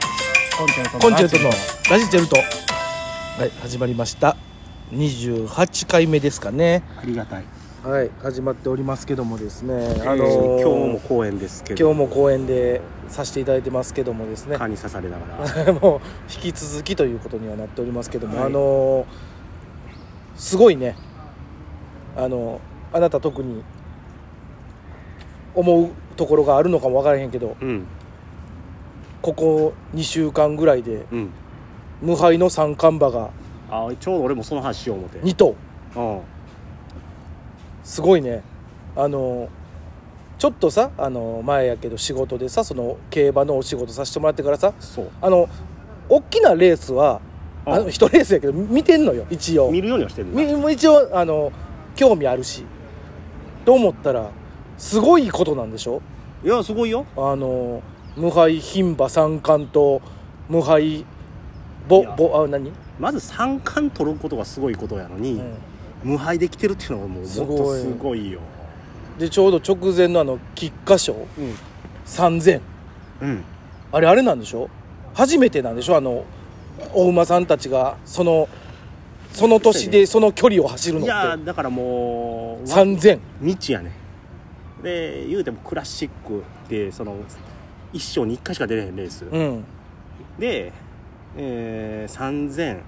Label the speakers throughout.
Speaker 1: ンチェルト
Speaker 2: コンチェルトの
Speaker 1: ラジ
Speaker 2: ラジチェルトはい始まりました28回目ですかね
Speaker 1: オありがたい
Speaker 2: はい始まっておりますけどもですね、
Speaker 3: あ
Speaker 2: あの
Speaker 3: の
Speaker 2: ー
Speaker 3: 今日も公演ですけど
Speaker 2: 今日も公演でさせていただいてますけどもですね
Speaker 3: 蚊に刺されなが ら
Speaker 2: もう引き続きということにはなっておりますけども、
Speaker 3: はい
Speaker 2: あのーすごいねあのあなた特に思うところがあるのかも分からへんけど
Speaker 3: うん
Speaker 2: ここ2週間ぐらいで
Speaker 3: うん
Speaker 2: 無敗の三冠馬が
Speaker 3: あちょうど俺もその話しよう思って
Speaker 2: 2頭
Speaker 3: うん
Speaker 2: すごいねあのちょっとさあの前やけど仕事でさその競馬のお仕事させてもらってからさ
Speaker 3: そう
Speaker 2: あの大きなレースはあの
Speaker 3: うん
Speaker 2: 一レースやけど見てんのよ一応
Speaker 3: 見るようにはしてるんだ
Speaker 2: みもう一応あの興味あるしと思ったらすごいことなんでしょ
Speaker 3: いやすごいよ
Speaker 2: あの無敗牝馬三冠と無敗ぼ
Speaker 3: いや
Speaker 2: ぼあ何、
Speaker 3: まず三冠取ることがすごいことやのに、
Speaker 2: うん
Speaker 3: 無敗できてるっていうのはもうもっ
Speaker 2: すごい
Speaker 3: とすごいよ
Speaker 2: でちょうど直前のあの菊花賞3000
Speaker 3: うん
Speaker 2: あれあれなんでしょ初めてなんでしょあのお馬さんたちがそのその年でその距離を走る
Speaker 3: い
Speaker 2: の
Speaker 3: や
Speaker 2: って
Speaker 3: だからもう
Speaker 2: 3000
Speaker 3: 未知やねで言うてもクラシックってその一生に一回しか出れへんレース、
Speaker 2: うん
Speaker 3: で、えー3000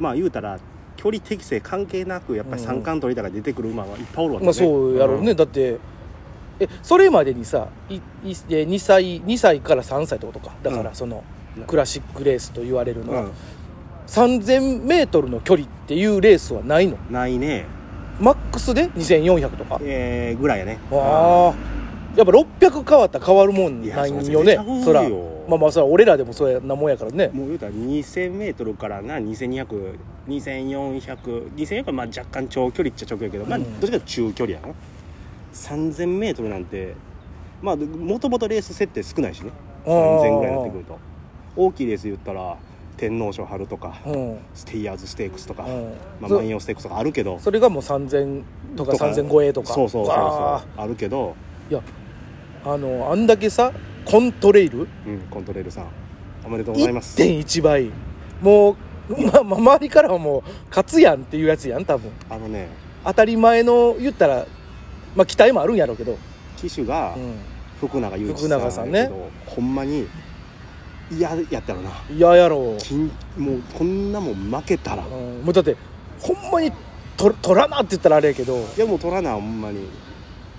Speaker 3: まあ言うたら距離適正関係なくやっぱり三冠取りたが出てくる馬はいっぱいおるわけね、
Speaker 2: まあそうやろうね、
Speaker 3: ん
Speaker 2: だってえそれまでにさいいえ2歳二歳から3歳ってことかだか
Speaker 3: う
Speaker 2: ら
Speaker 3: ん
Speaker 2: その、クラシックレースと言われるの
Speaker 3: う
Speaker 2: は、
Speaker 3: ん
Speaker 2: 3000m の距離っていうレースはないの
Speaker 3: ないね
Speaker 2: マックスで2400とか
Speaker 3: えー、ぐらいやね
Speaker 2: ああやっぱ600変わったら変わるもん
Speaker 3: いや
Speaker 2: ないんよね
Speaker 3: そりゃ
Speaker 2: そ
Speaker 3: そう
Speaker 2: ら
Speaker 3: よ
Speaker 2: まあまあそら俺らでもそうやなもんやからね
Speaker 3: もう言うたら 2000m からな220024002400はまあ若干長距離っちゃ長距離やけど、まあ
Speaker 2: う
Speaker 3: どっち
Speaker 2: ん
Speaker 3: かというと中距離やな 3000m なんてまあもともとレース設定少ないしね3000ぐらいになってくると大きいレース言ったら天皇賞春とか
Speaker 2: うん、うん
Speaker 3: ステイヤーズステークスとか、まあ、
Speaker 2: そ
Speaker 3: 万葉ステークスとかあるけど
Speaker 2: それがもう3000とか3000超えとか
Speaker 3: そうそうそうそう
Speaker 2: わ
Speaker 3: あるけど、
Speaker 2: ーいやあのあんだけさコントレイ
Speaker 3: う
Speaker 2: ル
Speaker 3: ん、コントレールさんおめでとうございます
Speaker 2: 1.1倍もう、ま、ま周りからはもう勝つやんっていうやつやん多分
Speaker 3: あのね
Speaker 2: 当たり前の言ったらまあ期待もあるんやろうけど、
Speaker 3: 騎手が
Speaker 2: う
Speaker 3: 福永祐一
Speaker 2: 福永さ
Speaker 3: さ
Speaker 2: ん
Speaker 3: ん
Speaker 2: ね、
Speaker 3: やけど、ほんまに嫌やったろなん
Speaker 2: いややろう、
Speaker 3: 緊もうこんなもん負けたら
Speaker 2: う
Speaker 3: い
Speaker 2: ん、もうだってほんまに取取らなって言ったらあれやけど、
Speaker 3: やもう取らなほんまに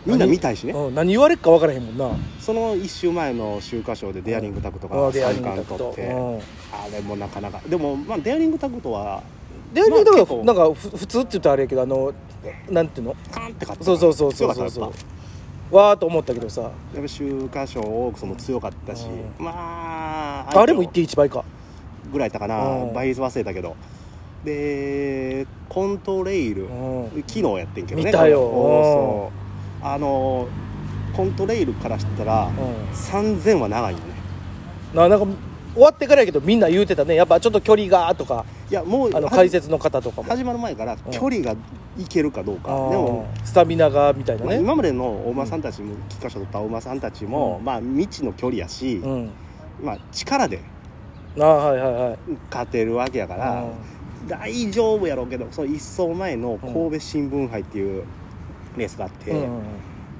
Speaker 3: みんな見たいしね
Speaker 2: うん、何言われっか分からへんもんな
Speaker 3: その1週前の週刊賞でデアリングタクト
Speaker 2: あ
Speaker 3: が
Speaker 2: ーデアリ
Speaker 3: 三
Speaker 2: ングタ
Speaker 3: 冠取っ、
Speaker 2: クトう
Speaker 3: て
Speaker 2: ん
Speaker 3: あれもなかなかでもまあデアリングタクトは
Speaker 2: デアリングタクト
Speaker 3: まあ結構
Speaker 2: なんかふ普通って言ったらあれやけどあのなんていうの
Speaker 3: カーンって勝った
Speaker 2: そうそうそうそうそうそうわーっと思ったけどさ
Speaker 3: やっぱ週刊賞オークスも強かったし、
Speaker 2: う
Speaker 3: まあ
Speaker 2: あれも1.1倍か
Speaker 3: ぐらいだったかな、
Speaker 2: うん
Speaker 3: 倍率忘れたけどでコントレイル、
Speaker 2: うん
Speaker 3: 昨日やってんけどね
Speaker 2: 見たよ
Speaker 3: このそうあのコントレイルからしたら、
Speaker 2: う
Speaker 3: 3000は長いよね
Speaker 2: んななんか終わってからやけどみんな言うてたねやっぱちょっと距離がとか
Speaker 3: いやもう
Speaker 2: あの
Speaker 3: はじ
Speaker 2: 解説の方とかも
Speaker 3: 始まる前から
Speaker 2: ん
Speaker 3: 距離がいけるかどうか、でも
Speaker 2: あースタミナがみたいな
Speaker 3: まあ
Speaker 2: ね、
Speaker 3: 今までのお馬さんたちも菊花賞取ったお馬さんたちも、
Speaker 2: うん
Speaker 3: まあ未知の距離やし、
Speaker 2: うん
Speaker 3: まあ力で
Speaker 2: あーはいはいはい
Speaker 3: 勝てるわけやから、大丈夫やろうけどその一走前の神戸新聞杯っていうレースがあって、
Speaker 2: うんうん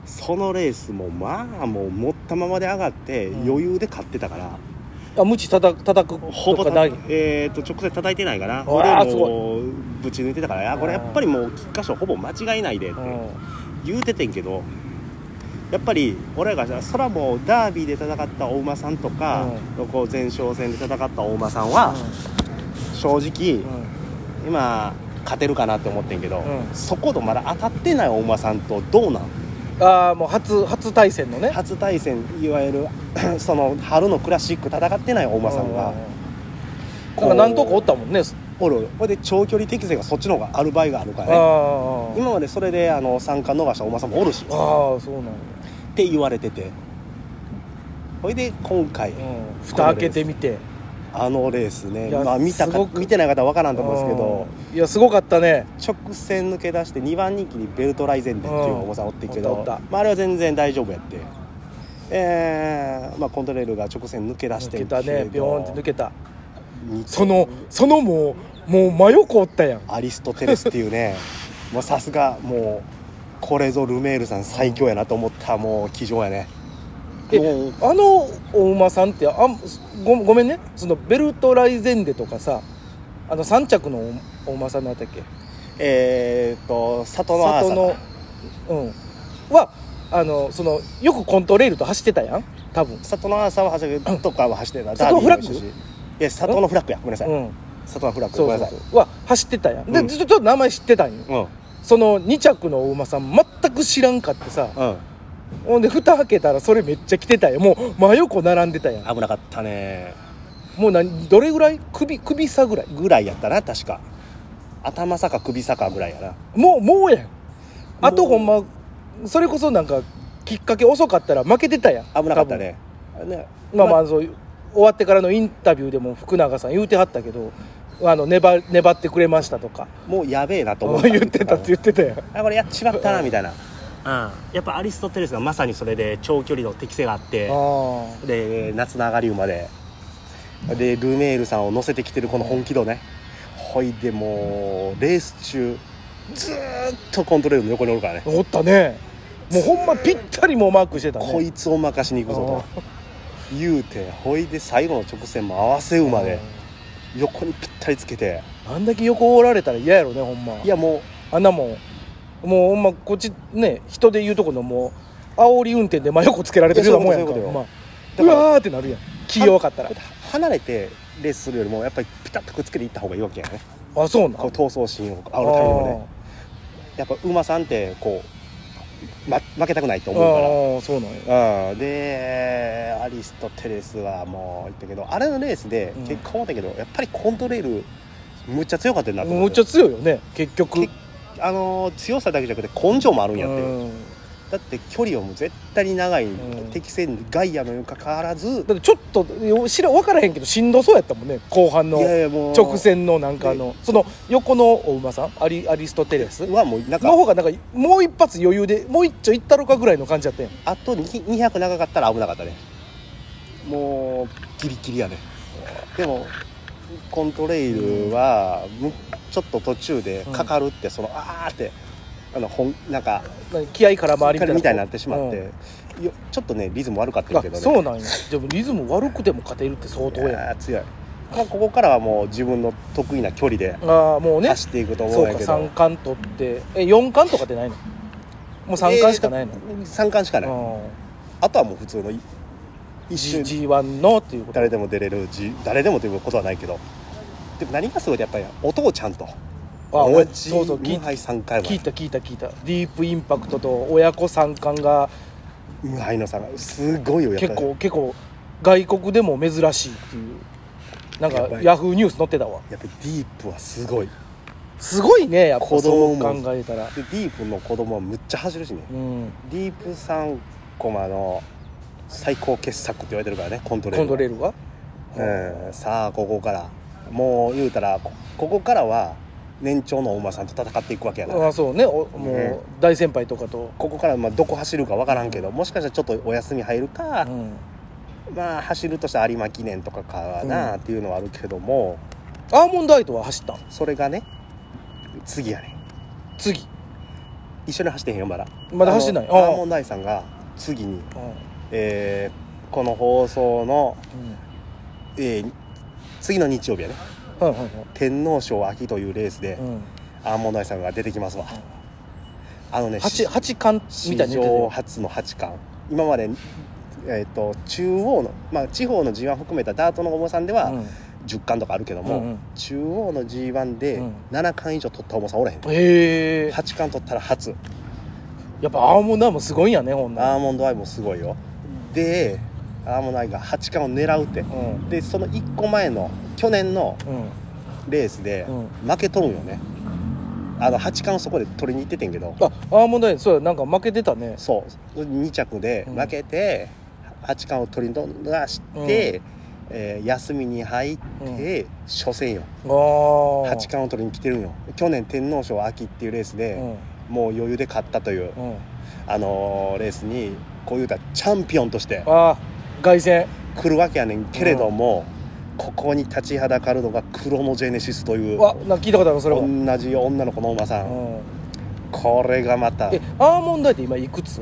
Speaker 3: そのレースもまあもう持ったままで上がって
Speaker 2: うん
Speaker 3: 余裕で勝ってたから、
Speaker 2: あ無知たた叩く
Speaker 3: ほ
Speaker 2: と
Speaker 3: ぼ
Speaker 2: か
Speaker 3: た
Speaker 2: ない
Speaker 3: えー、と直接叩いてないかな
Speaker 2: うわー
Speaker 3: 俺もうぶち抜いてたからいやこれやっぱりもう菊花賞ほぼ間違いないでって
Speaker 2: うん
Speaker 3: 言うててんけどやっぱり俺らがそらもうダービーで戦ったお馬さんとか、こう前哨戦で戦ったお馬さんは正直、今勝てるかなって思ってんけど、
Speaker 2: うん
Speaker 3: そことまだ当たってないお馬さんとどうなん
Speaker 2: ああもう初初対戦のね
Speaker 3: 初対戦いわゆる その春のクラシック戦ってないお馬さん
Speaker 2: う
Speaker 3: が
Speaker 2: うなんか何とかおったもんね
Speaker 3: おるこれで長距離適性がそっちの方がある場合があるか
Speaker 2: あ
Speaker 3: らね
Speaker 2: ー
Speaker 3: 今までそれであの参加逃したお馬さんもおるしっ
Speaker 2: ああそうなんや、
Speaker 3: て言われててほいで今回
Speaker 2: うん、蓋開けてみて
Speaker 3: あのレース
Speaker 2: い
Speaker 3: ね
Speaker 2: や
Speaker 3: まあ見た
Speaker 2: す
Speaker 3: か
Speaker 2: ごく
Speaker 3: 見てない方は分からんと思うんですけど
Speaker 2: うんいやすごかったね
Speaker 3: 直線抜け出して2番人気にベルトライゼンデンっていうお馬さんおってんけど、
Speaker 2: うんおったおった
Speaker 3: まあ、あれは全然大丈夫やってえーまあ、コントレールが直線抜け出し
Speaker 2: 抜
Speaker 3: て
Speaker 2: け
Speaker 3: る
Speaker 2: たね
Speaker 3: ど
Speaker 2: ビョーンって抜けた
Speaker 3: 似て
Speaker 2: そのそのもうもう真横おったやん
Speaker 3: アリストテレスっていう ねもうさすがもうこれぞルメールさん最強やなと思ったもう騎乗やね
Speaker 2: え
Speaker 3: もう
Speaker 2: あのお馬さんってあんごごめんねそのベルトライゼンデとかさあの3着のおお馬さんのあったっけ
Speaker 3: えー、っと里の朝
Speaker 2: 里のうんはあのそのよくコントレールと走ってたやん多分
Speaker 3: 里の朝は走るとかは走ってた
Speaker 2: 里のフラッグ
Speaker 3: ダービーも一緒しいや里のフラッグやごめんなさい、
Speaker 2: うん
Speaker 3: 里のフラッグごめ
Speaker 2: そうんそ
Speaker 3: な
Speaker 2: う
Speaker 3: さい
Speaker 2: そうは走ってたやんで、
Speaker 3: うん
Speaker 2: ちょちょっと名前知ってたんよ
Speaker 3: うん
Speaker 2: その2着のお馬さん全く知らんかってさ
Speaker 3: うん
Speaker 2: ほんで蓋開けたらそれめっちゃ着てたやんもう真横並んでたやん
Speaker 3: 危なかったね
Speaker 2: もう何どれぐらい首首差ぐらい
Speaker 3: ぐらいやったな確か頭差か首差かぐらいやな
Speaker 2: もうもうやんあとほんまそれこそなんかきっかけ遅かったら負けてたやん
Speaker 3: 危なかったねね
Speaker 2: 多分まあまあそう終わってからのインタビューでも福永さん言うてはったけどあの粘粘ってくれましたとか
Speaker 3: もうやべえなと思 った
Speaker 2: 言ってたって言ってたやん
Speaker 3: あこれやっちまった なみたいな、やっぱアリストテレスがまさにそれで長距離の適性があって
Speaker 2: あ
Speaker 3: で夏の上がり馬ででルメールさんを乗せてきてるこの本気度ねほいでもうレース中ずーっとコントレールの横におるからね
Speaker 2: あおったねもうほんまぴったりもうマークしてたね
Speaker 3: こいつを任しに行くぞと言うてほいで最後の直線も合わせ馬で横にぴったりつけて
Speaker 2: あんだけ横おられたら嫌やろねほんま
Speaker 3: いやも
Speaker 2: あんなもんもうほんまこっちね人で言うとこのもう煽り運転で真横つけられてるようなもんやんか
Speaker 3: いやそういうこと
Speaker 2: ほんま
Speaker 3: だから
Speaker 2: うわーってなるやん気弱かったら
Speaker 3: う離れてレースするよりもやっぱりピタッとくっつけていった方がいいわけやね
Speaker 2: あそうな
Speaker 3: こうん闘争心を
Speaker 2: あ
Speaker 3: 煽るためにもねやっぱ馬さんってこう、ま、負けたくないと
Speaker 2: ー
Speaker 3: 思うから
Speaker 2: あーそうなんや
Speaker 3: うん、でアリスとテレスはもう言ったけどあれのレースで
Speaker 2: うん
Speaker 3: 結果思ったけど、やっぱりコントレールむっちゃ強かったなと思
Speaker 2: む
Speaker 3: っ
Speaker 2: っち
Speaker 3: て
Speaker 2: ゃ強いよね結局
Speaker 3: 結あのー強さだけじゃなくて根性もあるんやって、
Speaker 2: うん
Speaker 3: だって距離をもう絶対に長い、
Speaker 2: うん
Speaker 3: 適正にガイアのにもかかわらず
Speaker 2: だってちょっとよ知ら分からへんけどしんどそうやったもんね後半の
Speaker 3: いやいやもう
Speaker 2: 直線のなんかあのその横のお馬さんアリアリストテレス
Speaker 3: はもうなん
Speaker 2: の
Speaker 3: か
Speaker 2: 方がなんかもう一発余裕でもう一丁いったろかぐらいの感じやったやん
Speaker 3: あと2 200長かったら危なかったねもうギリギリやねでもコントレイルはむちょっと途中でかかるって、そのあーってあのほんなんか
Speaker 2: 何気合から回り
Speaker 3: み
Speaker 2: み
Speaker 3: たい
Speaker 2: たいな
Speaker 3: になってしまって
Speaker 2: うん、
Speaker 3: よちょっとねリズム悪かったけどね
Speaker 2: あそうなんやでもリズム悪くても勝てるって相当
Speaker 3: い
Speaker 2: や
Speaker 3: やー強い、まあ、ここからはもう自分の得意な距離で
Speaker 2: ああもうね
Speaker 3: 走っていくと思
Speaker 2: そううんか
Speaker 3: やけど、
Speaker 2: 3冠取ってえ四4冠とかってないのもう3冠しかないの、
Speaker 3: 3冠しかない、あとはもう普通のい
Speaker 2: うん、
Speaker 3: 一瞬
Speaker 2: G- G1 のっていうこと
Speaker 3: 誰でも出れるじ誰でもということはないけどでも何がすごいってやっぱりお父ちゃんと
Speaker 2: あ
Speaker 3: 同じ
Speaker 2: そうそう聞
Speaker 3: 無
Speaker 2: い
Speaker 3: 敗3回ま
Speaker 2: 聞い
Speaker 3: で
Speaker 2: た聞いた聞いたディープインパクトと親子三冠が
Speaker 3: 無敗の差がすごいよやっぱり
Speaker 2: 結構結構外国でも珍しいっていうなん
Speaker 3: や
Speaker 2: か
Speaker 3: ばい
Speaker 2: ヤフーニュース載ってたわ
Speaker 3: やっぱりディープはすごい
Speaker 2: すごいねやっぱ
Speaker 3: 子
Speaker 2: そ
Speaker 3: 供
Speaker 2: う
Speaker 3: も
Speaker 2: 考えたら
Speaker 3: でディープの子供はむっちゃ走るしね
Speaker 2: うん
Speaker 3: ディープ3コマの最高傑作って言われてるからねコントレー
Speaker 2: コン
Speaker 3: ル
Speaker 2: トレールが
Speaker 3: うん、さあここからもう言うたらこここからは年長のお馬さんと戦っていくわけやから
Speaker 2: あそうねお
Speaker 3: ね
Speaker 2: もう大先輩とかと、
Speaker 3: ここからまあどこ走るか分からんけどもしかしたらちょっとお休み入るか
Speaker 2: う、ん、
Speaker 3: まあ走るとしたら有馬記念とかかなっていうのはあるけども、
Speaker 2: アーモンドアイとは走ったん
Speaker 3: それがね次やね
Speaker 2: 次
Speaker 3: 一緒に走ってへんよまだ
Speaker 2: まだ走ってない
Speaker 3: あの
Speaker 2: ああ
Speaker 3: アーモンドアイさんが次に、
Speaker 2: うん
Speaker 3: えーこの放送の、えー次の日曜日やね
Speaker 2: うんはいはいはい
Speaker 3: 天皇賞秋というレースで、
Speaker 2: うん
Speaker 3: アーモンドアイさんが出てきますわ、あのね
Speaker 2: 八八冠
Speaker 3: 史
Speaker 2: みたいに言ってた
Speaker 3: 上
Speaker 2: よ
Speaker 3: 初の八冠今まで、えー、と中央の、まあ、地方の g 1含めたダートの重さんでは
Speaker 2: うん
Speaker 3: 10冠とかあるけども、
Speaker 2: うんうん
Speaker 3: 中央の g 1で
Speaker 2: うん
Speaker 3: 7冠以上取った重さおらへん、八
Speaker 2: へえ
Speaker 3: 8冠取ったら初
Speaker 2: やっぱアーモンドアイもすごいんやねほんな
Speaker 3: アーモンドアイもすごいよでアーモンドアイが8冠を狙うって
Speaker 2: らうん
Speaker 3: でその1個前の去年の
Speaker 2: うん
Speaker 3: レースで
Speaker 2: うん
Speaker 3: 負けとるんよねあの8冠をそこで取りに行っててんけど
Speaker 2: あアーモンドアイそうやなんか負けてたね
Speaker 3: そう2着で負けて、八冠を取り逃して、えー休みに入って、初戦よ
Speaker 2: ああ
Speaker 3: 八冠を取りに来てるんよ去年天皇賞秋っていうレースで、もう余裕で勝ったという、
Speaker 2: うんうん
Speaker 3: あのーレースにこういうたらチャンピオンとして
Speaker 2: ああ凱旋
Speaker 3: 来るわけやねんけれども、ここに立ちはだかるのがクロノジェネシスという
Speaker 2: うわなんか聞いたことあるそれも、
Speaker 3: 同じ女の子のおばさ
Speaker 2: うんん、
Speaker 3: これがまた
Speaker 2: えアーモンドアイって今いくつ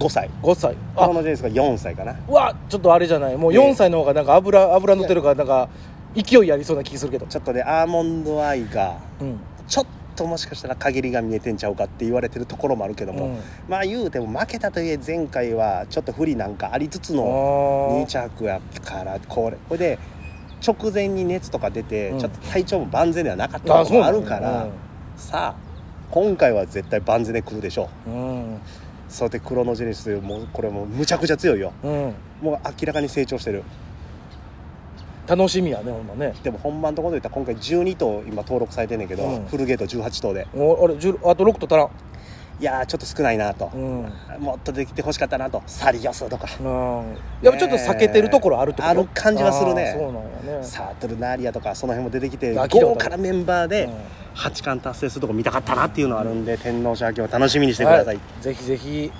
Speaker 3: 5歳
Speaker 2: ?5 歳
Speaker 3: ク
Speaker 2: あ
Speaker 3: ロノジェネシスが4歳かな
Speaker 2: うわちょっとあれじゃないもう
Speaker 3: ね
Speaker 2: 4歳の方がなんか油油乗ってるからなんか勢いありそうな気するけど
Speaker 3: ちょっとねアーモンドアイが
Speaker 2: うん
Speaker 3: ちょっともしかしたら陰りが見えてんちゃうかって言われてるところもあるけども、
Speaker 2: うん
Speaker 3: まあ言うても負けたといえ前回はちょっと不利なんかありつつ
Speaker 2: あ
Speaker 3: の2
Speaker 2: ー
Speaker 3: 着やからこれこれで直前に熱とか出て、
Speaker 2: うん
Speaker 3: ちょっと体調も万全ではなかった
Speaker 2: あ
Speaker 3: こと
Speaker 2: そう
Speaker 3: も
Speaker 2: な
Speaker 3: あ
Speaker 2: の
Speaker 3: るから、さあ今回は絶対万全で来るでしょう
Speaker 2: うんうん
Speaker 3: そうやってクロノジェネシスもうこれもうむちゃくちゃ強いよ
Speaker 2: うん
Speaker 3: もう明らかに成長してる
Speaker 2: 楽しみやねほんまね
Speaker 3: でも本番のところで言ったら今回12頭今登録されてんねんけど、
Speaker 2: うん
Speaker 3: フルゲート18頭で
Speaker 2: おあれ10あと6と足らん
Speaker 3: いやーちょっと少ないなと
Speaker 2: う、ん、うん、
Speaker 3: もっとできてほしかったなとサリオスとか
Speaker 2: やっぱちょっと避けてるところあるってこと
Speaker 3: ある感じはするね
Speaker 2: あーそうなんやね
Speaker 3: サートルナーリアとかその辺も出てきて
Speaker 2: あ聞いたことある
Speaker 3: 豪華なメンバーで
Speaker 2: うん
Speaker 3: 八冠達成するとこ見たかったなっていうのはあるんで、天皇賞秋を楽しみにしてください、
Speaker 2: ぜひぜひ